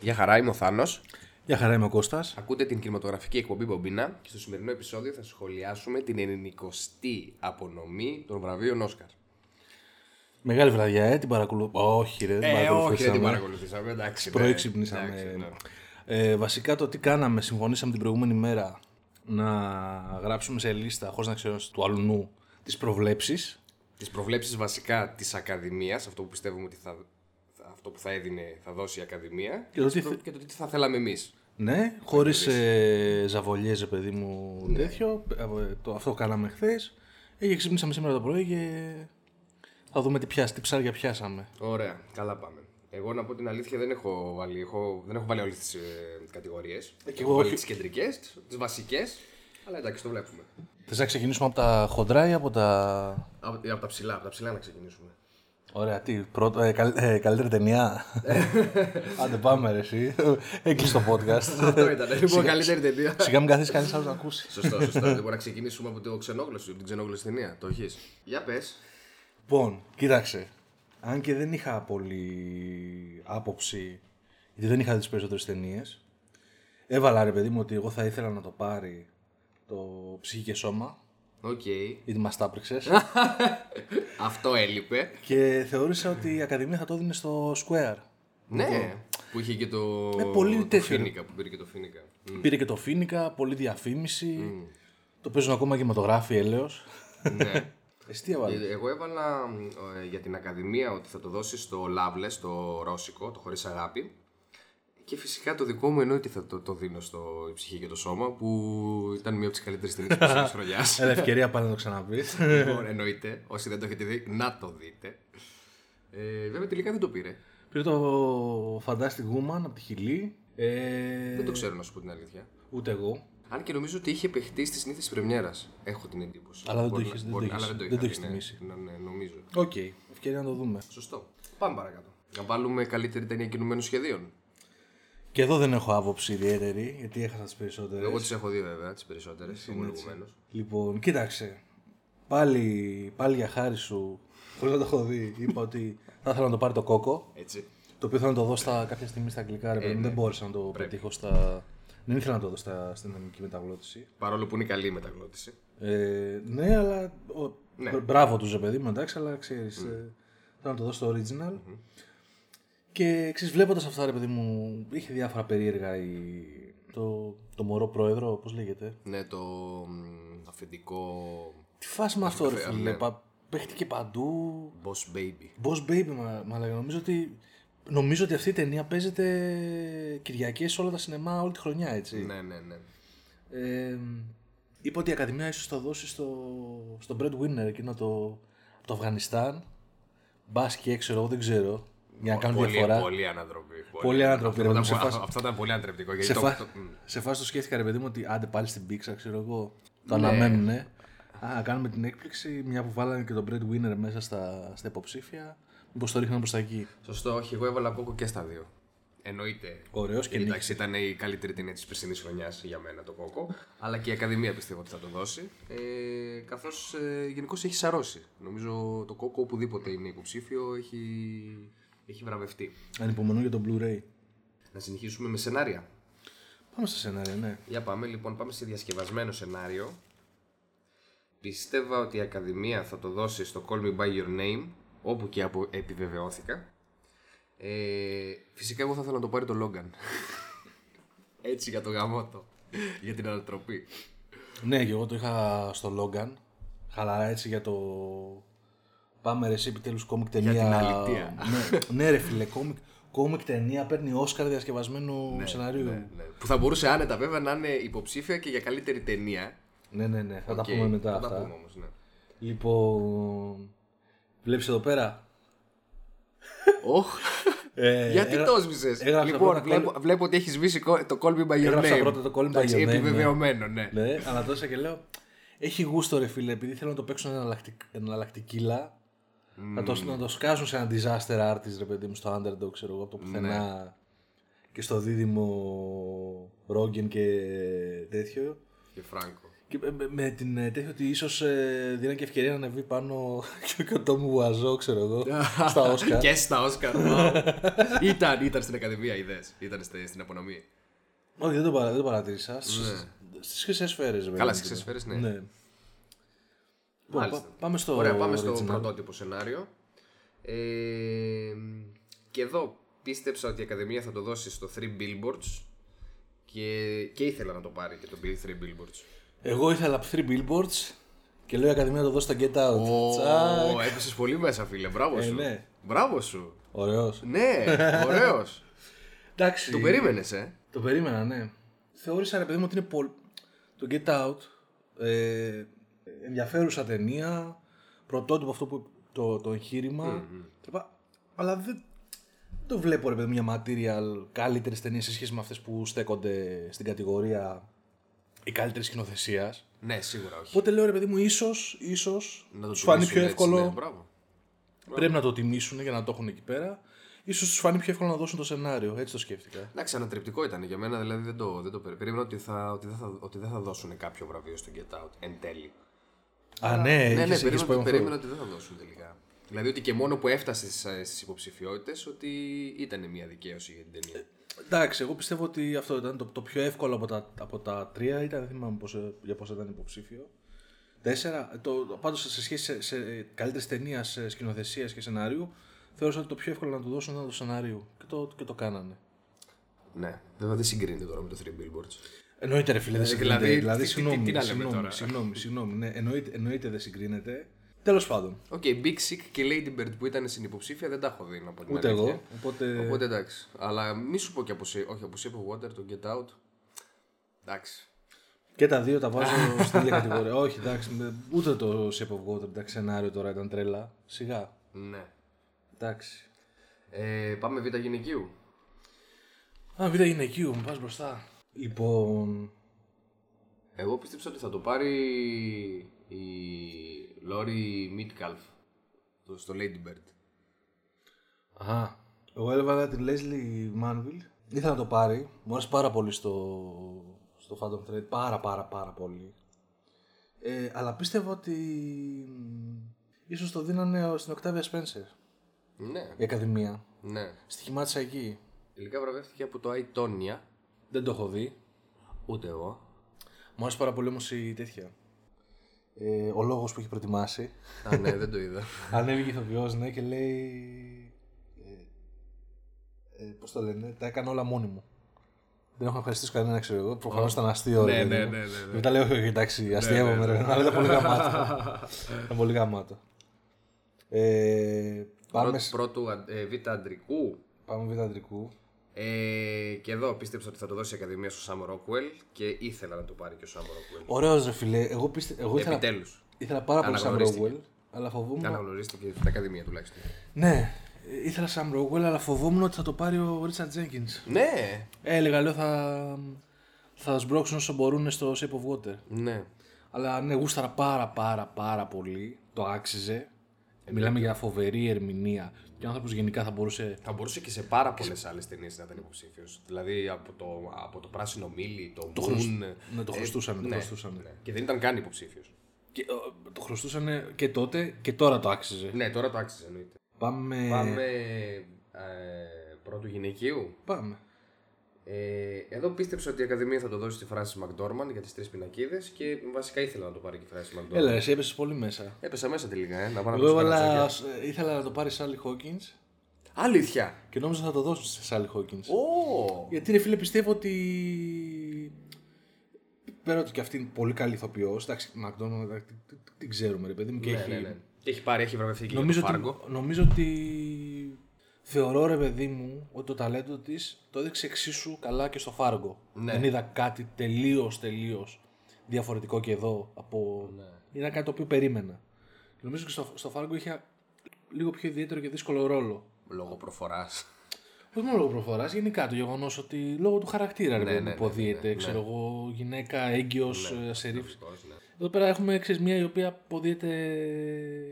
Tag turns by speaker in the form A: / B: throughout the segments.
A: Γεια χαρά, είμαι ο Θάνος.
B: Γεια χαρά, είμαι ο Κώστας.
A: Ακούτε την κινηματογραφική εκπομπή Μπομπίνα και στο σημερινό επεισόδιο θα σχολιάσουμε την 90η απονομή των βραβείων Όσκαρ.
B: Μεγάλη βραδιά, ε, την παρακολουθήσαμε. Όχι, ρε, την
A: Ε, όχι, δεν την
B: παρακολουθήσαμε.
A: παρακολουθήσαμε. Εντάξει. ναι. Εντάξει, ναι.
B: Προέξυπνησαμε. Ε, βασικά το τι κάναμε, συμφωνήσαμε την προηγούμενη μέρα να γράψουμε σε λίστα, χωρίς να ξέρω του αλουνού, τις προβλέψεις.
A: τις προβλέψεις βασικά της Ακαδημίας, αυτό που πιστεύουμε ότι θα, θα- αυτό που θα έδινε, θα δώσει η Ακαδημία
B: Και το τι
A: τις προ-
B: θε-
A: και το τι θα θέλαμε εμείς.
B: Ναι, χωρί ε, ζαβολιές, ρε παιδί μου,
A: Ναι.
B: τέτοιο. Ε, το, αυτό κάναμε χθες. Ε, και ξυπνήσαμε σήμερα το πρωί και θα δούμε τι, πιάσ, τι ψάρια πιάσαμε.
A: Ωραία, καλά πάμε. Εγώ να πω την αλήθεια δεν έχω βάλει, έχω, δεν έχω βάλει όλες τις ε, κατηγορίες. έχω
B: εγώ
A: βάλει
B: όχι.
A: τις κεντρικές, τις βασικές, αλλά εντάξει το βλέπουμε.
B: Θες να ξεκινήσουμε από τα χοντρά ή από τα.
A: Από, από τα ψηλά, από τα ψηλά να ξεκινήσουμε.
B: Ωραία, τι, πρώτο, ε, καλ- ε, καλύτερη ταινία. Άντε πάμε ρε εσύ. Έκλεισε το podcast.
A: Αυτό ήταν, λοιπόν, καλύτερη ταινία.
B: Ε, Σιγά μην καθίσεις κανείς άλλος να ακούσει.
A: σωστό, σωστό. Δεν μπορούμε να ξεκινήσουμε από το ξενόγλωσσο, από την ξενόγλωσσο ταινία. Το έχεις. Για πες.
B: Λοιπόν, κοίταξε. Αν και δεν είχα πολύ άποψη, γιατί δεν είχα δει τις περισσότερες ταινίες, έβαλα ρε παιδί μου ότι εγώ θα ήθελα να το πάρει το ψυχή και σώμα,
A: Οκ.
B: γιατί μας τα έπρεξες.
A: Αυτό έλειπε.
B: και θεώρησα ότι η Ακαδημία θα το δίνει στο Square.
A: Ναι, που είχε και το.
B: Ε, πολύ
A: το
B: τέτοιο.
A: Φίνικα, που πήρε και το Φίνικα.
B: Πήρε και το Φίνικα, πολλή διαφήμιση.
A: Mm.
B: Το παίζουν ακόμα και με το γράφει έλεος.
A: ναι.
B: Εσύ τι έβαλες?
A: Ε, Εγώ έβαλα ε, για την Ακαδημία ότι θα το δώσει στο Loveless, το ρώσικο, το χωρίς αγάπη. Και φυσικά το δικό μου εννοείται θα το, το δίνω στο Η ψυχή και το σώμα, που ήταν μία από τις καλύτερες ταινίες της χρονιάς.
B: Έλα, ευκαιρία πάλι να το ξαναπείς.
A: λοιπόν, εννοείται. Όσοι δεν το έχετε δει, να το δείτε. Ε, βέβαια τελικά δεν το πήρε.
B: Πήρε το Fantastic Woman από τη Χιλή. Ε,
A: Δεν το ξέρω να σου πω την αλήθεια.
B: Ούτε εγώ.
A: Αν και νομίζω ότι είχε παιχτεί στη συνήθεια τη Πρεμιέρας. Έχω την εντύπωση.
B: Αλλά δεν το
A: Μπορεί να-
B: είχες, δεν
A: μπορεί-
B: το
A: αλλά
B: είχες,
A: δεν
B: δεν
A: είχα
B: το
A: δει,
B: είχες θυμίσει.
A: Ναι, ναι, νομίζω.
B: Οκ, ευκαιρία να το δούμε.
A: Σωστό. Πάμε παρακάτω. Να βάλουμε καλύτερη ταινία κινουμένων σχεδίων.
B: Και εδώ δεν έχω άποψη ιδιαίτερη, γιατί έχασα τις περισσότερες.
A: Εγώ τις έχω δει βέβαια, τις περισσότερες. Ομολογουμένω.
B: Λοιπόν, κοίταξε. Πάλι, πάλι για χάρη σου, χωρίς να το έχω δει, είπα ότι θα ήθελα να το πάρει το κόκο.
A: Έτσι.
B: Το οποίο θέλω να το δω στα, κάποια στιγμή στα αγγλικά, ρε παιδί μου. Δεν μπόρεσα να το πετύχω στα. Δεν ήθελα να το δω στα, στην ελληνική μεταγλώτηση.
A: Παρόλο που είναι καλή η μεταγλώτηση.
B: Ε, ναι, αλλά. Ο, Μπράβο τους, ρε παιδί μου, εντάξει, αλλά ξέρεις. Θέλω να το δω στο original. Και ξέρεις, βλέποντας αυτά, ρε παιδί μου, είχε διάφορα περίεργα. Η... Το, το μωρό πρόεδρο, πώς λέγεται.
A: Ναι, το μ, αφεντικό
B: Τι φάση με αυτό, ρε φίλε. Πα, παίχτηκε παντού.
A: Boss Baby.
B: Boss Baby, μα, μαλάκα. Νομίζω ότι, νομίζω ότι αυτή η ταινία παίζεται Κυριακές σε όλα τα σινεμά όλη τη χρονιά, έτσι.
A: Ναι, ναι, ναι.
B: Ε, είπα ότι η Ακαδημία ίσως το δώσει στο, στο Breadwinner εκείνο το, από το Αφγανιστάν. Μπας και έξω, εγώ δεν ξέρω. Για να κάνουν
A: Πολύ,
B: διαφορά.
A: πολύ ανατροπή.
B: Πολύ ανατροπή, ρε,
A: Αυτό,
B: σε
A: ήταν,
B: φάση-
A: αυτό ήταν πολύ ανατρεπτικό. Γιατί
B: σε,
A: το,
B: φά...
A: το- μ,
B: σε φάση το σκέφτηκα, ρε παιδί μου, ότι άντε πάλι στην πίξα, ξέρω εγώ. Το
A: Ναι.
B: αναμένουνε. Α, κάνουμε την έκπληξη, μια που βάλανε και τον Breadwinner μέσα στα, στα υποψήφια. Μήπως το ρίχναν προς τα εκεί.
A: Σωστό, όχι, εγώ έβαλα κόκο και στα δύο. Εννοείται.
B: Ωραίος και νύχτα.
A: Εντάξει, ήταν η καλύτερη ταινία της περσινής χρονιάς για μένα το κόκο. αλλά και η Ακαδημία πιστεύω ότι θα το δώσει. Ε, Καθώς ε, γενικώς έχει σαρώσει. Νομίζω το κόκο οπουδήποτε είναι υποψήφιο έχει, έχει βραβευτεί.
B: Ανυπομονώ για τον Blu-ray.
A: Να συνεχίσουμε με σενάρια.
B: Πάμε στα σενάρια, ναι.
A: Για πάμε λοιπόν, πάμε σε διασκευασμένο σενάριο. Πίστευα ότι η Ακαδημία θα το δώσει στο Call Me By Your Name, όπου και απο... επιβεβαιώθηκα. Ε, φυσικά εγώ θα ήθελα να το πάρει το Logan. Έτσι για το γαμότο. για την ανατροπή.
B: Ναι, και εγώ το είχα στο Logan. Χαλαρά έτσι για το. Πάμε ρε, εσύ επιτέλου κόμικ ταινία.
A: την αλητεία.
B: Ναι, ναι, ρε φίλε, κόμικ, κόμικ ταινία παίρνει Όσκαρ διασκευασμένου σενάριου. Ναι.
A: Ναι. Που θα μπορούσε άνετα βέβαια να είναι υποψήφια και για καλύτερη ταινία.
B: ναι, ναι, θα τα
A: Και
B: πούμε μετά
A: θα
B: αυτά.
A: τα πούμε όμως, ναι.
B: Λοιπόν. Βλέπεις εδώ πέρα.
A: Όχ,
B: Ε,
A: γιατί
B: έγρα-
A: το σβήσες.
B: έγραψα
A: Λοιπόν,
B: πρώτα
A: βλέπω, βλέπω ότι έχεις σβήσει κο- το Call Me By Your
B: Έγραψα
A: Name.
B: πρώτα το Call Me By
A: Εντάξει,
B: Your Name, ναι.
A: Επιβεβαιωμένο, ναι.
B: Ναι, ανατρώσσα και λέω. Έχει γούστο ρε φίλε, επειδή θέλω να το παίξουν εναλλακτικ... εναλλακτικίλα. Να, το, να το σκάσουν σε ένα disaster artist ρε παιδί μου στο underdog, ξέρω εγώ, από το πουθενά.
A: Ναι.
B: Και στο δίδυμο Ρόγκεν και τέτοιο.
A: Και Φράγκο.
B: Και με, με την ε, τέτοια ότι ίσως ε, δίνει και ευκαιρία να ανεβεί πάνω και ο κατώ μου Βουαζό, ξέρω εγώ, στα Όσκα.
A: και στα Όσκαρ. wow. ήταν, ήταν στην Ακαδημία, είδες. Ήταν στη- στην απονομή.
B: Όχι, δεν το, παρα, δεν το παρατήρησα. Στι χρυσέ σφαίρε,
A: Ναι. Καλά, στις
B: δηλαδή.
A: σφαίρες, ναι. Μάλιστα.
B: Λοιπόν, Πάμε στο.
A: Ωραία, πάμε στο
B: original.
A: πρωτότυπο σενάριο. Ε, και εδώ πίστεψα ότι η Ακαδημία θα το δώσει στο 3 Billboards και, και ήθελα να το πάρει και το 3 Billboards.
B: Εγώ ήθελα 3 billboards και λέω η Ακαδημία να το δώσει στα Get Out. Τσακ.
A: Ω, έπεσες πολύ μέσα, φίλε. Μπράβο σου.
B: ναι.
A: Μπράβο σου.
B: Ωραίος.
A: Ε, Ναι, ωραίος.
B: Εντάξει.
A: το περίμενες, ε.
B: Το περίμενα, ναι. Θεώρησα, ρε παιδί μου, ότι είναι πολύ. Το Get Out. Ε, ενδιαφέρουσα ταινία. Πρωτότυπο αυτό που. το, το εγχείρημα. κτλ. Αλλά δεν, δεν το βλέπω, ρε παιδί μου, μια material καλύτερης ταινίας σε σχέση με αυτές που στέκονται στην κατηγορία η καλύτερη σκηνοθεσίας.
A: Ναι, σίγουρα όχι.
B: Οπότε λέω, ρε παιδί μου, ίσως, ίσως.
A: Να το
B: Σου φανεί
A: τιμήσουν
B: πιο
A: έτσι,
B: εύκολο.
A: ναι, μπράβο.
B: Πρέπει να το τιμήσουν για να το έχουν εκεί πέρα. Ίσως τους φανεί πιο εύκολο να δώσουν το σενάριο. Έτσι το σκέφτηκα.
A: Εντάξει, ανατρεπτικό ήταν για μένα, δηλαδή δεν το, δεν το περι- περίμενα ότι, θα, ότι, δεν θα, ότι δεν θα δώσουν κάποιο βραβείο στο Get Out εν τέλει.
B: Α, ναι, είχες-
A: ναι, ναι,
B: είχες
A: περίμενα,
B: πάει με
A: ότι-
B: αυτό.
A: περίμενα ότι δεν θα δώσουν τελικά. Δηλαδή ότι και μόνο που έφτασε στις- στις υποψηφιότητες ότι ήταν μια δικαίωση για την ταινία.
B: Εντάξει, εγώ πιστεύω ότι αυτό ήταν το, το πιο εύκολο από τα, από τα τρία. Ήταν, δεν θυμάμαι πόσο, για πόσο ήταν υποψήφιο. Τέσσερα. ε, Το, το- πάντως σε σχέση σε, ε, σε καλύτερης ταινίας σκηνοθεσίας και σενάριου, θεώρησα ότι το πιο εύκολο να του δώσουν ήταν το σενάριο. Και το, και το κάνανε.
A: Ναι, βέβαια δεν συγκρίνεται τώρα με το 3 Billboards.
B: Εννοείται, ρε φίλε, δεν συγκρίνεται.
A: δηλαδή,
B: Δηλαδή,
A: τι- τι-
B: συγγνώμη,
A: τι να λέμε
B: συγγνώμη,
A: τώρα.
B: συγγνώμη, συγγνώμη, ναι, εννοείται, εννοείται δεν συγκρίνεται. Τέλος πάντων.
A: Οκ, Big Sick και Lady Bird που ήταν στην υποψήφια δεν τα έχω δει από την
B: Ούτε
A: αλήθεια.
B: εγώ. Ε. Οπότε.
A: Οπότε εντάξει. Αλλά μη σου πω και από, Sea- όχι, από Shape of Water, το Get Out. Εντάξει.
B: Και τα δύο τα βάζω στην ίδια κατηγορία. Όχι, εντάξει, με- ούτε το Shape of Water, εντάξει, σενάριο τώρα ήταν τρέλα. Σιγά.
A: Ναι.
B: Εντάξει.
A: Ε, πάμε β' γυναικείου.
B: Α, βίτα γυναικείου, μου πας μπροστά. Λοιπόν.
A: Εγώ πίστεψα ότι θα το πάρει η Λόρι Μίτκαλφ το- στο Lady Bird.
B: Α. Εγώ έλεγα την Leslie Manville. Ήθελα να το πάρει. Μου άρεσε πάρα πολύ στο, στο Phantom Thread. Πάρα πάρα πάρα πολύ. Ε, αλλά πίστευα ότι μ, ίσως το δίνανε στην Octavia Spencer.
A: Ναι,
B: Η Ακαδημία.
A: ναι.
B: Στοιχημάτισα εκεί.
A: Τελικά βραβεύτηκε από το Aitonia.
B: Δεν το έχω δει.
A: Ούτε εγώ.
B: Μου άρεσε πάρα πολύ όμως η τέτοια. Ε, ο λόγος που έχει προετοιμάσει.
A: Α, ναι, δεν το είδα.
B: Ανέβηκε ηθοποιός, ναι, και λέει. Ε, ε, Πώς το λένε, τα έκανα όλα μόνη μου. Δεν έχω ευχαριστήσει κανένα, ξέρω εγώ. Προφανώς ήταν αστείο. ρε
A: ναι,
B: παιδί
A: ναι,
B: μου.
A: ναι, ναι, ναι.
B: Μετά λέω, όχι, όχι, εντάξει, αστείευομαι, ρε, αλλά ήταν πολύ γαμάτο. ήταν πολύ γαμάτο. Ε, πάμε,
A: Πρώτου,
B: σ-
A: πρώτου αν- ε, β' αντρικού.
B: πάμε β' αντρικού.
A: Ε, και εδώ πίστεψα ότι θα το δώσει η Ακαδημία στο Σάμ Ρόκουελ και ήθελα να το πάρει και ο Σάμ Ρόκουελ.
B: Ωραίος ρε φίλε, εγώ, πίστε, εγώ ήθελα, Ναι.
A: Επιτέλους.
B: ήθελα πάρα πολύ σαν
A: Αναγνωρίστηκε.
B: Ρόγουελ, αλλά φοβόμουν
A: Αναγνωρίστηκε στην Ακαδημία τουλάχιστον.
B: Ναι, ε, ήθελα Sam Rockwell, αλλά φοβόμουν ότι θα το πάρει ο Richard Jenkins.
A: Ναι,
B: Ε, έλεγα, λέω, θα, θα σμπρώξουν όσο μπορούν στο Shape of Water.
A: ναι.
B: Αλλά ναι, γούσταρα πάρα πάρα πάρα πολύ, το άξιζε. Μιλάμε για φοβερή ερμηνεία και ο άνθρωπος γενικά θα μπορούσε...
A: Θα μπορούσε και σε πάρα πολλές άλλες ταινίες να ήταν υποψήφιος. Δηλαδή από το, από το πράσινο μίλι, το, το Moon.
B: Ναι, το χρωστούσανε, το χρωστούσανε.
A: ναι. Και δεν ήταν καν υποψήφιος.
B: Και, ε, το χρωστούσανε και τότε και τώρα το άξιζε.
A: Ναι, τώρα το άξιζε εννοείται.
B: Πάμε...
A: Πάμε ε, πρώτου γυναικείου.
B: Πάμε.
A: Ε, εδώ πίστεψα ότι η Ακαδημία θα το δώσει στη Φράση Μακδόρμαν για τις τρεις πινακίδες και βασικά ήθελα να το πάρει και η Φράση Μακδόρμαν.
B: Έλα, ρε, εσύ έπεσες πολύ μέσα.
A: Έπεσα μέσα τελικά, ε, να πάω να
B: Εγώ
A: πω
B: έβαλα- ε, ήθελα να το πάρει Sally Hawkins
A: Αλήθεια!
B: και νόμιζα θα το δώσουν σε Sally Hawkins.
A: Ω!
B: Γιατί ρε φίλε πιστεύω ότι πέρα ότι και αυτή είναι πολύ καλή ηθοποιός, εντάξει, McDonald's, εντάξει, τι- τι- τι- την ξέρουμε ρε παιδί μου και
A: Ναι,
B: έχει...
A: ναι, ναι. Και έχει πάρει, έχει βραβευτεί και
B: Νομίζω,
A: για το Fargo.
B: ότι, νομίζω ότι θεωρώ ρε παιδί μου ότι το ταλέντο της το έδειξε εξίσου καλά και στο Fargo.
A: Ναι.
B: Δεν είδα κάτι τελείως τελείως διαφορετικό και εδώ από...
A: Ναι.
B: Ήταν κάτι το οποίο περίμενα. Νομίζω και στο, στο Fargo είχε λίγο πιο ιδιαίτερο και δύσκολο ρόλο.
A: Λόγω προφοράς.
B: Όχι μόνο λόγω προφοράς, γενικά το γεγονός ότι λόγω του χαρακτήρα ναι,
A: ναι, ναι,
B: που υποδίεται, ξέρω εγώ, γυναίκα, έγκυος, ναι, Εδώ πέρα έχουμε ξέρεις, μια η οποία υποδίεται,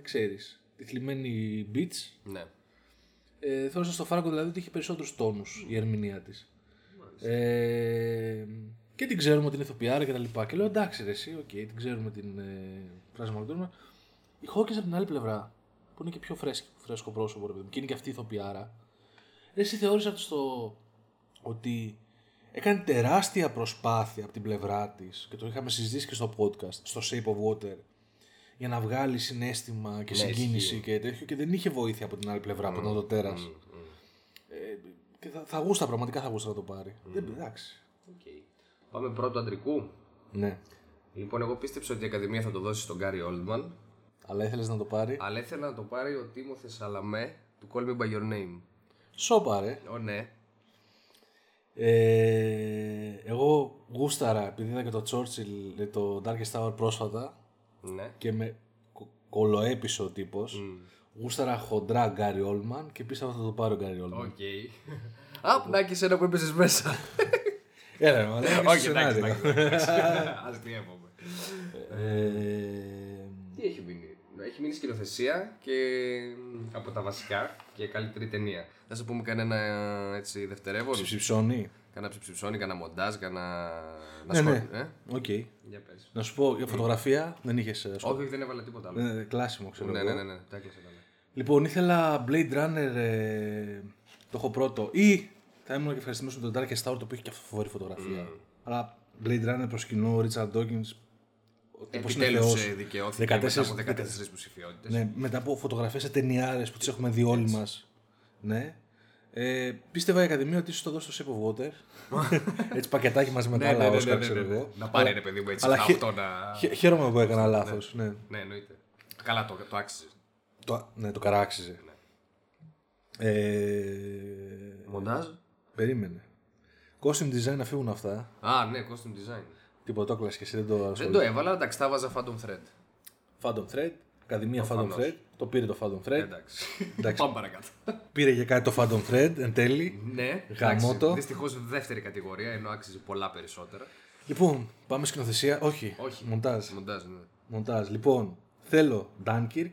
B: ξέρει, τη θλιμμένη bitch.
A: Ναι.
B: Ε, θεώρησα στο Φάρκο δηλαδή ότι είχε περισσότερους τόνους η ερμηνεία της. Ε, Και την ξέρουμε την ηθοποιάρα και τα λοιπά. Και λέω εντάξει, ρε, εσύ, οκ, την ξέρουμε την ε, φράση Μακδόρνα. Η Χόκκιν από την άλλη πλευρά, που είναι και πιο φρέσκο, φρέσκο πρόσωπο, ρε παιδί μου, και είναι και αυτή η ηθοποιάρα. Ρε, εσύ θεώρησα στο ότι έκανε τεράστια προσπάθεια από την πλευρά της και το είχαμε συζητήσει και στο podcast, στο Shape of Water, για να βγάλει συνέστημα και
A: Ναι,
B: συγκίνηση
A: ισχύει.
B: και τέτοιο και δεν είχε βοήθεια από την άλλη πλευρά, από τον άλλο τέρα. Ε, και θα, θα γούστα, πραγματικά θα γούστα να το πάρει. Δεν εντάξει.
A: Οκ. Πάμε πρώτο αντρικού.
B: Ναι.
A: Λοιπόν, εγώ πίστεψα ότι η Ακαδημία θα το δώσει στον Γκάρι Oldman,
B: Αλλά ήθελες να το πάρει.
A: αλλά ήθελα να το πάρει ο Τίμωθες Σαλαμέ του Call Me By Your Name.
B: Σόπα, ρε.
A: Ω ναι.
B: Ε, εγώ γούσταρα, επειδή είδα και το Churchill, ε, το Darkest Tower πρόσφατα
A: Ναι.
B: και με κο- κολοέπισε ο τύπος,
A: Mm.
B: γούσταρα χοντρά Γκάρι Όλμαν και πίστευα θα το πάρει ο Γκάρι Όλμαν.
A: Οκ. Α, πνάκι ένα που έπεσε μέσα.
B: Έλα, μα λέει
A: Όχι, εντάξει, εντάξει. εντάξει. Ας κρυεύομαι.
B: Ε,
A: Τι έχει μείνει. Έχει μείνει σκηνοθεσία και από τα βασικά και καλύτερη ταινία. Θα σου πούμε κανένα έτσι δευτερεύον.
B: ψιψώνει.
A: Κάνα ψιψώνει, κάνα μοντάζ, κάνα. να
B: Ναι,
A: σκόρπι-
B: ναι.
A: ε.
B: Οκ.
A: Για πες.
B: Να σου πω, για φωτογραφία δεν είχες ε, σκοπό.
A: Όχι, όχι, δεν έβαλα τίποτα άλλο.
B: Ε, Κλάσιμο, ξέρω
A: Ναι,
B: εγώ.
A: ναι, ναι, ναι. Τα έκλεισα καλά.
B: Λοιπόν, ήθελα Blade Runner, ε, το έχω πρώτο. Ή θα ήμουν και ευχαριστημένος με τον Darkest Tower, το οποίο έχει και αυτό φοβερή φωτογραφία.
A: Mm.
B: Αλλά Blade Runner προς κοινό, ο Richard Dawkins, ο τύπος είναι
A: Επιτέλους
B: θεός.
A: ε, δικαιώθηκε 14... μετά
B: 14,
A: από 14 ψηφιότητες.
B: Ναι, μετά από φωτογραφίες σε ταινιάρες που τις έχουμε δει όλοι μας. Ναι. Ε, πίστευα η Ακαδημία ότι ίσως το δώσει στο Shape of Water. έτσι πακετάκι μαζί με
A: Ναι,
B: τα άλλα Oscar, ξέρω εγώ.
A: Να πάρει ρε παιδί μου έτσι
B: Αλλά
A: τα
B: χε-
A: οκτώ να.
B: Χαι- Χαίρομαι που έκανα λάθος. Ναι.
A: Ναι, εννοείται. Καλά, το, το άξιζε.
B: Το, ναι, το καράξιζε. Ε,
A: Μοντάζ.
B: Περίμενε. Costume design να φύγουν αυτά.
A: Α, ναι, costume design.
B: Τίποτα το έκλασες και εσύ δεν το
A: Δεν
B: ασχολείσαι.
A: το έβαλα, εντάξει, τα βάζα Phantom Thread.
B: Phantom Thread. Ακαδημία Phantom
A: Προφανώς.
B: Thread. Το πήρε το Phantom Thread.
A: Εντάξει.
B: Εντάξει.
A: Πάμε παρακάτω.
B: Πήρε και κάτι το Phantom Thread εν τέλει.
A: ναι,
B: Γαμώτο.
A: Δυστυχώς δεύτερη κατηγορία, ενώ άξιζε πολλά περισσότερα.
B: Λοιπόν, πάμε σκηνοθεσία. Όχι.
A: Όχι.
B: Μοντάζ.
A: Μοντάζ, ναι.
B: Μοντάζ. Λοιπόν, θέλω Dunkirk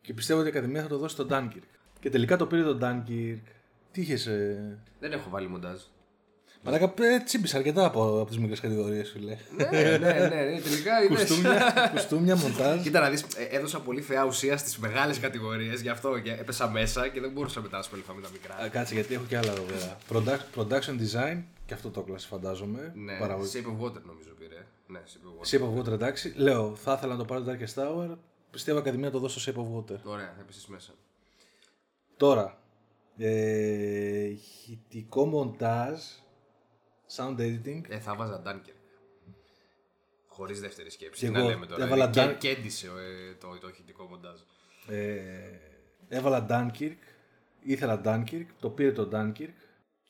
B: και πιστεύω ότι η Ακαδημία θα το δώσει το Dunkirk. Και τελικά το πήρε το Dunkirk. Τι είχες. Ε...
A: Δεν έχω βάλει μοντάζ.
B: Μαλάκα, ε, τσίμπησε αρκετά από, από τις μικρές κατηγορίες, φιλε.
A: ναι, ναι, ναι, ναι, τελικά είναι.
B: κουστούμια, κουστούμια, μοντάζ.
A: Κοίτα να δεις, ε, έδωσα πολύ θεά ουσία στις μεγάλες κατηγορίες, γι' αυτό και έπεσα μέσα και δεν μπορούσα μετά να ασχοληθώ με τα
B: Α,
A: μικρά.
B: Ε, Κάτσε γιατί έχω και άλλα εδώ πέρα. Product- Production design, και αυτό το κλασικό φαντάζομαι.
A: Ναι,
B: Παραγωγή.
A: Shape of Water νομίζω πήρε. Ναι, Shape of Water.
B: Shape of Water, εντάξει. Λέω, θα ήθελα να το πάρω το Darkest Tower. Πιστεύω η Ακαδημία να το δώσει στο Shape of Water.
A: Ωραία, έπεσες μέσα.
B: Τώρα, ε, ηχητικό μοντάζ, sound editing.
A: Ε, θα βάζα Dunker. Χωρίς δεύτερη σκέψη.
B: Κι
A: Τι να
B: εγώ
A: λέμε τώρα.
B: έβαλα
A: δηλαδή,
B: Dun-
A: και, κέντησε ε, το, το ηχητικό μοντάζ.
B: Ε, έβαλα Dunkirk. Ήθελα Dunkirk. Το πήρε το Dunkirk.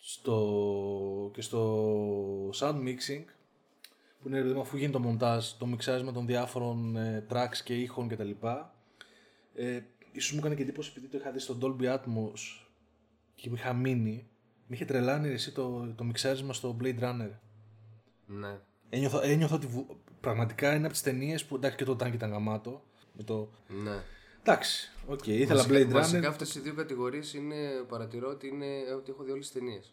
B: Στο, και στο sound mixing που είναι ρε παιδί μου, αφού γίνει το μοντάζ, το μιξάρισμα των διάφορων ε, tracks και ήχων κτλ. Ε, ίσως μου έκανε και εντύπωση επειδή το είχα δει στο Dolby Atmos και μου είχα μείνει. Με είχε τρελάνει ρε, εσύ το, το μιξάρισμα στο Blade Runner.
A: Ναι.
B: Ένιωθα, ένιωθα ότι βου- πραγματικά είναι από τις ταινίες που εντάξει και το Tank ήταν γαμάτο. Με το...
A: Ναι.
B: Εντάξει, οκ, ήθελα
A: Βασικά-
B: Blade Runner.
A: Ε, Βασικά αυτές οι δύο κατηγορίες είναι, παρατηρώ ότι, είναι, ε, ότι έχω δει όλες τις ταινίες.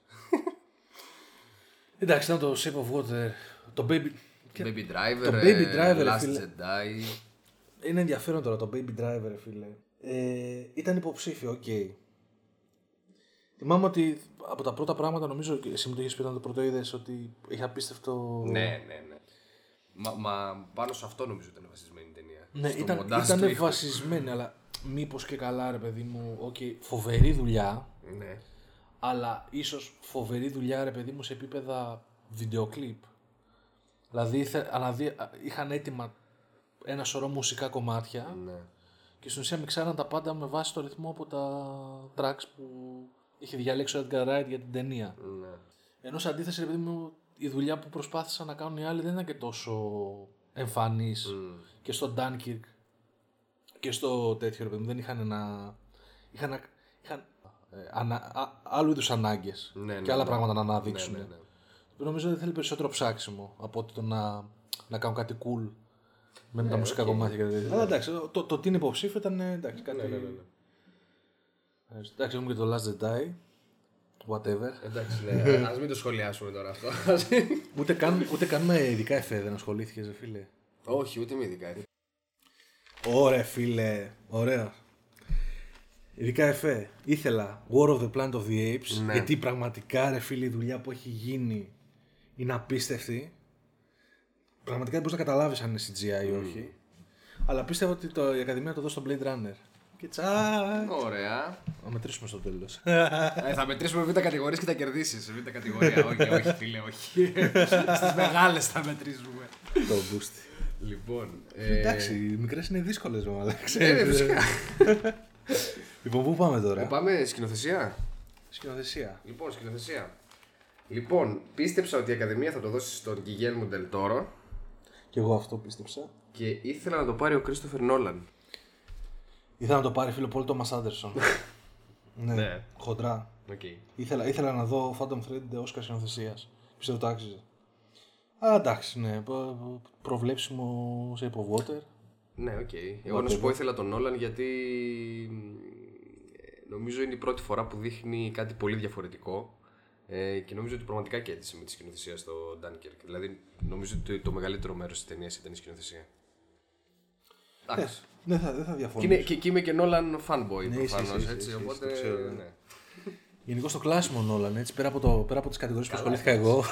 B: Εντάξει, ήταν το Shape of Water. Το Baby... και-
A: Baby Driver,
B: Baby
A: ε,
B: Driver,
A: Last
B: φίλε.
A: Jedi.
B: Είναι ενδιαφέρον τώρα το Baby Driver, φίλε. Ε, ήταν υποψήφιο, οκ. Θυμάμαι ότι από τα πρώτα πράγματα, νομίζω, και εσύ μου το είχες πει όταν το πρώτο είδες, ότι είχε απίστευτο...
A: Ναι, ναι, ναι. Μα, μα πάνω σε αυτό νομίζω ήταν βασισμένη η ταινία.
B: Ναι,
A: Στο
B: ήταν,
A: μοντάζ του
B: ήταν
A: ήχου.
B: βασισμένη, αλλά μήπως και καλά, ρε παιδί μου, οκ, φοβερή δουλειά,
A: Ναι.
B: αλλά ίσως φοβερή δουλειά, ρε παιδί μου, σε επίπεδα βιντεοκλίπ. Δηλαδή, ήθε- αναδύ- είχαν έτοιμα ένα σωρό μουσικά κομμάτια,
A: ναι.
B: Και στην ουσία μιξάραν τα πάντα με βάση το ρυθμό από τα tracks που είχε διαλέξει ο Edgar Wright για την ταινία.
A: ναι.
B: Ενώ σε αντίθεση, ρε παιδί μου, η δουλειά που προσπάθησαν να κάνουν οι άλλοι δεν ήταν και τόσο εμφανής. Και στο Dunkirk και στο τέτοιο, ρε παιδί μου, δεν είχαν ένα. είχαν, α- είχαν ε, ανα- α- άλλου είδους ανάγκες
A: Ναι, ναι,
B: και άλλα
A: ναι.
B: πράγματα να αναδείξουν.
A: Ναι, ναι, ναι.
B: Νομίζω ότι θέλει περισσότερο ψάξιμο από ότι το να, να κάνουν κάτι cool με
A: Ναι,
B: τα μουσικά κομμάτια και τέτοια. Αλλά εντάξει, το, το, τι είναι υποψήφιο ήταν ε, εντάξει, κάτι.
A: Ναι, ναι, ναι.
B: Εντάξει, έχουμε και το Last Jedi. Whatever.
C: Εντάξει, ναι. Ας μην το σχολιάσουμε τώρα αυτό.
B: Ούτε καν, ούτε καν με ειδικά εφέ δεν ασχολήθηκες, ρε φίλε.
A: Όχι, ούτε με ειδικά.
B: Ωραία, φίλε. Ωραία. Ειδικά εφέ. Ήθελα War of the Planet of the Apes.
A: Ναι.
B: Γιατί πραγματικά, ρε φίλε, η δουλειά που έχει γίνει είναι απίστευτη. Πραγματικά δεν μπορείς να καταλάβεις αν είναι CGI
A: Mm.
B: ή όχι. Αλλά πίστευα ότι το, η Ακαδημία το δώσει στον Blade Runner. Και τσακ.
A: Ωραία.
B: Θα μετρήσουμε στο τέλος.
A: Ε, θα μετρήσουμε β' κατηγορίε και τα κερδίσεις. Β' κατηγορία. όχι, όχι, φίλε, όχι. Στις μεγάλες θα μετρήσουμε.
B: το boost.
A: Λοιπόν.
B: Ε, Εντάξει, οι μικρές είναι δύσκολες, μα
A: Ε,
B: ξέρεις.
A: φυσικά.
B: Λοιπόν, πού πάμε
A: Ε,
B: τώρα.
A: Πάμε σκηνοθεσία.
B: Σκηνοθεσία.
A: Λοιπόν, σκηνοθεσία. Λοιπόν, πίστεψα ότι η Ακαδημία θα το δώσει στον Guillermo del Toro
B: Και εγώ αυτό πίστεψα.
A: και ήθελα να το πάρει ο Christopher Nolan.
B: Ήθελα να το πάρει φίλο πολύ το Μα Άντερσον. ναι,
A: Ναι.
B: χοντρά.
A: Okay.
B: Ήθελα, ήθελα να δω Phantom Thread Oscar σκηνοθεσίας. Πιστεύω το άξιζε. Αλλά εντάξει, ναι. προ- προ- Προβλέψιμο σε υποβότερ.
A: Ναι, οκ. Εγώ να σου πω ήθελα τον Nolan γιατί ε, νομίζω είναι η πρώτη φορά που δείχνει κάτι πολύ διαφορετικό ε, και νομίζω ότι πραγματικά κέρδισε με τη σκηνοθεσία στο Dunkirk. Δηλαδή, νομίζω ότι το μεγαλύτερο μέρος της ταινίας ήταν η σκηνοθεσία. Εντάξει.
B: Δεν Ναι, θα, δεν θα
A: Και, είναι,
B: διαφωνήσω.
A: και, και είμαι και Nolan fanboy ναι,
B: Ε, είσαι,
A: προφανώ.
B: είσαι,
A: Έτσι,
B: είσαι,
A: οπότε.
B: το ξέρω,
A: ναι.
B: Γενικώς το κλάσιμο Νόλαν, έτσι, πέρα από, το, πέρα από τις κατηγορίες που ασχολήθηκα εγώ.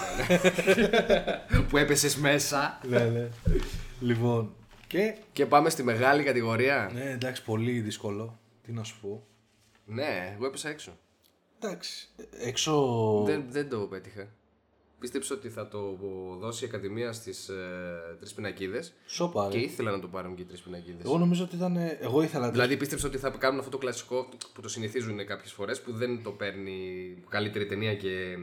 A: που έπεσες μέσα.
B: ναι, ναι. λοιπόν, και...
A: Και πάμε στη μεγάλη κατηγορία.
B: Ναι, εντάξει, πολύ δύσκολο. Τι να σου πω.
A: Ναι, εγώ έπεσα έξω.
B: Εντάξει, ε, έξω...
A: Δεν, δεν το πέτυχα. Πίστεψα ότι θα το δώσει η Ακαδημία στις ε, τρεις πινακίδες.
B: Σόπα,
A: Και
B: ρε.
A: ήθελα να το πάρουν και οι τρεις πινακίδες.
B: Εγώ νομίζω ότι ήταν... ε, Εγώ ήθελα...
A: Δηλαδή πίστεψα ότι θα κάνουν αυτό το κλασικό που το συνηθίζουν κάποιες φορές που δεν το παίρνει που καλύτερη ταινία και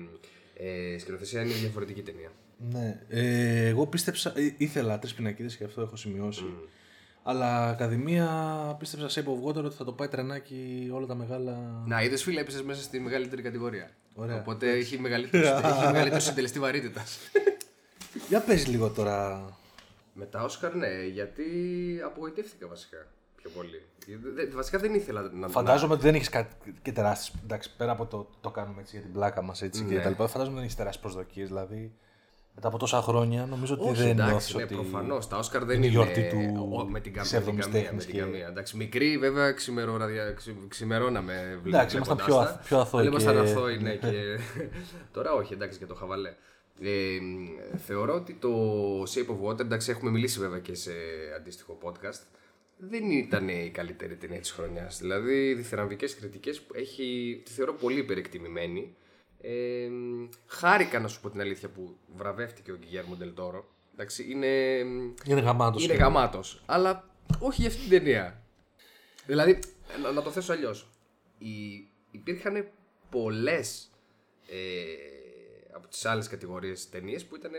A: ε, σκηνοθεσία είναι διαφορετική ταινία.
B: Ναι. Ε, εγώ πίστεψα... ε, Ήθελα τρεις πινακίδες και αυτό έχω σημειώσει. Αλλά Ακαδημία πίστεψα σε υποβγότερο ότι θα το πάει τρενάκι όλα τα μεγάλα...
A: Να, είδες φίλε, έπεσες μέσα στη μεγαλύτερη κατηγορία.
B: Ωραία.
A: Οπότε έχει μεγαλύτερο, έχει μεγαλύτερο συντελεστή βαρύτητας.
B: Για πες λίγο τώρα...
A: Με τα Όσκαρ, ναι, γιατί απογοητεύτηκα βασικά πιο πολύ. Ε, Δε- βασικά δεν ήθελα να
B: Φαντάζομαι ότι δεν έχεις κάτι και τεράστιες. Εντάξει, πέρα από το το κάνουμε έτσι για την πλάκα μας έτσι και
A: Ναι.
B: τα λοιπά, φαντάζομαι δεν έχεις τεράστιες προσδοκίες. Δηλαδή, μετά από τόσα χρόνια νομίζω ότι
A: Όχι,
B: δεν
A: εντάξει,
B: νιώθεις
A: ναι,
B: ότι.
A: προφανώς. Τα Όσκαρ δεν
B: είναι
A: είναι.
B: η γιορτή του-
A: ο, με την καμία.
B: της
A: Με την
B: έβδομης
A: καμία, με
B: τέχνης
A: την
B: και-
A: καμία. Εντάξει, μικροί βέβαια ξημερώνα- ξυ- ξημερώναμε. βλέ-
B: Εντάξει, ήμασταν
A: βλέποντάς
B: πιο
A: τα.
B: αθ- πιο αθώοι
A: Αλλά ήμασταν
B: και-
A: αθώοι, ναι. και... Τώρα όχι, εντάξει, για το χαβαλέ. Ε, μ, θεωρώ ότι το Shape of Water, εντάξει, έχουμε μιλήσει βέβαια και σε αντίστοιχο podcast, δεν ήταν η καλύτερη ταινία της χρονιάς. Δηλαδή, οι διθυραμβικές κριτικές που έχει, τη θεωρώ πολύ υπερεκτιμημένη. Ε, μ, χάρηκα να σου πω την αλήθεια που βραβεύτηκε ο Guillermo del Toro. Εντάξει, είναι,
B: Είναι γαμάτος.
A: είναι γαμάτος, αλλά όχι για αυτή την ταινία. Δηλαδή, να, να το θέσω αλλιώς. Υπήρχαν πολλές ε, από τις άλλες κατηγορίες ταινίες που ήταν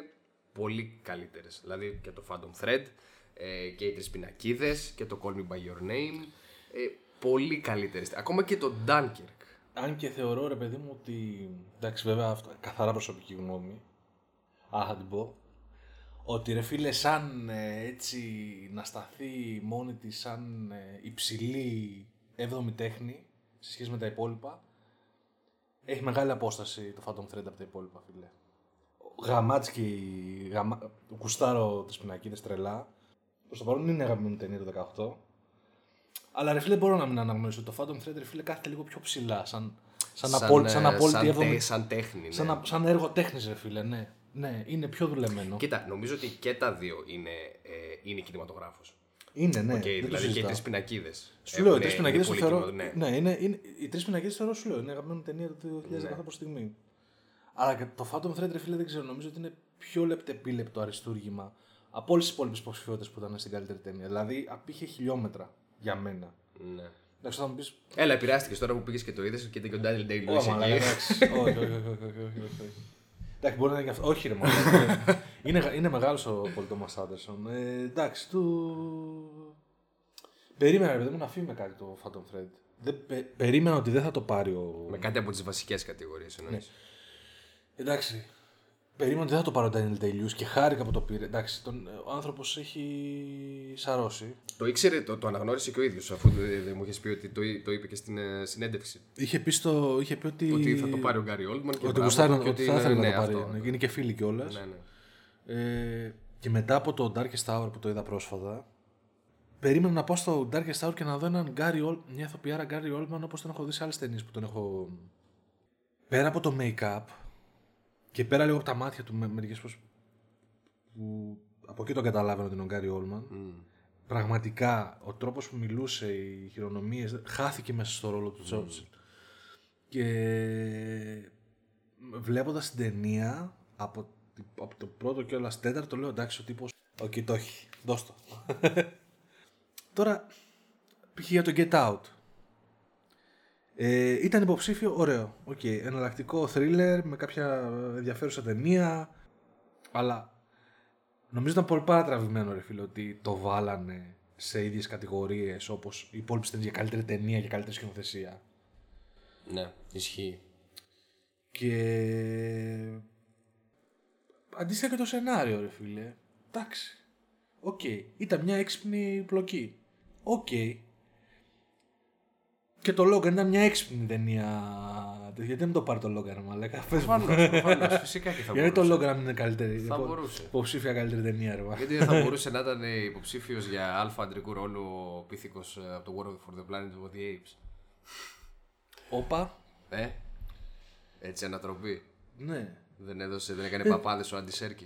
A: πολύ καλύτερες. Δηλαδή και το Phantom Thread ε, και οι Τρεις Πινακίδες και το Call Me By Your Name. Ε, πολύ καλύτερες. Ακόμα και το Dunkirk.
B: Αν και θεωρώ ρε παιδί μου ότι. Εντάξει, βέβαια, αυτό, καθαρά προσωπική γνώμη. Α, θα την πω. Ότι ρε φίλε, σαν ε, έτσι να σταθεί μόνη της σαν ε, υψηλή έβδομη τέχνη σε σχέση με τα υπόλοιπα. Έχει μεγάλη απόσταση το Phantom Thread από τα υπόλοιπα, φίλε. Γαμάτσκι, γαμα... κουστάρω τις πινακίδες τρελά. Προς το παρόν είναι αγαπημένη ταινία το 18. Αλλά ρε φίλε μπορώ να μην αναγνωρίσω ότι το Phantom Thread ρε φίλε κάθεται λίγο πιο ψηλά σαν, σαν, απόλυ- σαν
A: ε,
B: απόλυτη
A: σαν,
B: έβδομη.
A: τέ- σαν τέχνη. ναι.
B: Σαν, α- σαν έργο τέχνης ρε φίλε, ναι. Ναι, είναι πιο δουλεμένο.
A: Κοίτα, νομίζω ότι και τα δύο είναι, ε, είναι κινηματογράφος.
B: Είναι, ναι.
A: Και,
B: δεν το
A: δηλαδή και οι
B: συζητάω.
A: τρεις πινακίδες.
B: Σου λέω, οι τρεις πινακίδες θεωρώ. Ναι. είναι, είναι, οι τρεις πινακίδες θεωρώ, σου λέω, είναι αγαπημένη ταινία
A: Ναι.
B: του 2018 προς στιγμή. Αλλά και το Phantom Thread, ρε φίλε, δεν ξέρω, νομίζω ότι είναι πιο λεπτεπίλεπτο αριστούργημα από όλες τις υπόλοιπες υποψηφιότητες που ήταν στην καλύτερη ταινία. Δηλαδή, απήχε χιλιόμετρα για μένα.
A: Ναι.
B: Εντάξει, θα μου πεις.
A: Έλα, επηρεάστηκες τώρα που πήγες και το είδες και ήταν και ο Ντάνιλ Ντέιλ
B: Όχι,
A: Λούι εκεί.
B: όχι, όχι, όχι, όχι, όχι, όχι. Εντάξει, μπορεί να είναι και αυτό. Όχι, ρε μάλλον. είναι, είναι μεγάλος ο Πολτόμας Άντερσον. Ε, εντάξει, του. Περίμενα, ρε παιδί μου, να φύγει με κάτι το Phantom Thread. Δεν, πε- περίμενα ότι δεν θα το πάρει ο. Ναι.
A: Με κάτι από τις βασικές κατηγορίες εννοείς.
B: Εντάξει. Περίμενα ότι δεν θα το πάρω Daniel Day-Lewis και χάρηκα που το πήρε. Εντάξει, τον, ε, ο άνθρωπος έχει σαρώσει.
A: Το ήξερε, το, το αναγνώρισε και ο ίδιος, αφού δεν δεν μου είχες πει ότι το, εί- το είπε και στην ε, συνέντευξη.
B: Είχε πει, στο, είχε πει ότι.
A: Ότι θα το πάρει ο Γκάρι Όλτμαν και
B: Ότι
A: μπράβο
B: γουστάρει
A: του
B: να-
A: και
B: ότι θα ήθελε
A: ναι,
B: να το πάρει.
A: αυτό.
B: ναι, και Είναι και φίλοι κιόλας.
A: Ναι, ναι.
B: Ε, και μετά από το Darkest Tower που το είδα πρόσφατα, περίμενα να πάω στο Darkest Tower και να δω έναν Gary Old, μια ηθοποιάρα Gary Oldman όπως τον έχω δει σε άλλες ταινίες που τον έχω... Πέρα από το make-up και πέρα λίγο από τα μάτια του με, μερικές φορές που από εκεί τον καταλάβαινα ότι είναι ο Gary Oldman, πραγματικά ο τρόπος που μιλούσε, οι χειρονομίες, χάθηκε μέσα στο ρόλο του Τσόρτσιλ. Και βλέποντας την ταινία από, τη- από το πρώτο και όλας τέταρτο λέω εντάξει ο τύπος οκ το έχει, δώσ' το. Τώρα π.χ. για το Get Out. Ε, ήταν υποψήφιο, ωραίο. Οκ, εναλλακτικό thriller με κάποια ενδιαφέρουσα ταινία. Αλλά νομίζω ήταν πολύ παρατραβημένο ρε φίλε ότι το βάλανε σε ίδιες κατηγορίες όπως οι υπόλοιπες ταινίες για καλύτερη ταινία και καλύτερη σκηνοθεσία.
A: ναι, ισχύει.
B: Και αντίστοιχα και το σενάριο, ρε φίλε. Εντάξει. Οκ. Ήταν μια έξυπνη πλοκή. Οκ. Και το Logan ήταν μια έξυπνη ταινία. Γιατί δεν το πάρει το Logan, μαλάκα. Πες μου.
A: Προφανώς, προφανώς. Φυσικά και θα
B: Γιατί το
A: μπορούσε.
B: Logan είναι καλύτερη.
A: Θα
B: υπο-
A: μπορούσε. Ε,
B: Υποψήφια καλύτερη ταινία, ρε. μα.
A: Γιατί δεν θα μπορούσε να ήταν υποψήφιος για αλφα αντρικού ρόλου ο πίθηκος από το World for the Planet of the Apes.
B: Όπα.
A: Ε, έτσι ανατροπή.
B: Ναι.
A: Δεν έδωσε, δεν έκανε παπάδες ο Αντισέρκης.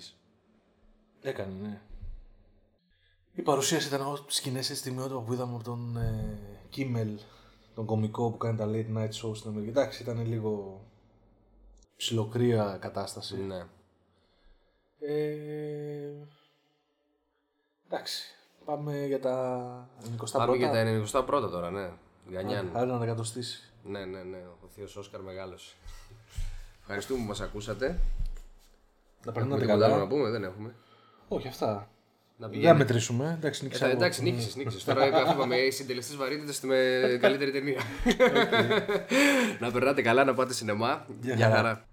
B: Έκανε, ναι. Η παρουσίαση ήταν από τι σκηνέ τη στιγμιότυπα που είδαμε από τον ε, Κίμελ, τον κομικό που κάνει τα late night show στην Αμερική. Εντάξει, ήταν λίγο ψιλοκρία κατάσταση.
A: Ναι.
B: Ε, εντάξει, πάμε για τα 21
A: Πάμε
B: πρώτα.
A: για τα 90 πρώτα τώρα, ναι. Γκανιάν.
B: Άλλο να εκατοστήσει.
A: Ναι, ναι, ναι. Ο θείος Όσκαρ μεγάλο. Ευχαριστούμε που μας ακούσατε.
B: Να περνάτε
A: Έχουμε τίποτα
B: καλά.
A: άλλο να πούμε, δεν έχουμε.
B: Όχι, αυτά.
A: Να
B: Δεν θα
A: πηγαίνουμε.
B: μετρήσουμε. Εντάξει,
A: Ε, τα- εντάξει, νίκησες, νίκησες. Τώρα αφού είπαμε οι συντελεστές βαρύτητες με καλύτερη ταινία. Να περνάτε καλά, να πάτε σινεμά. Γεια χαρά.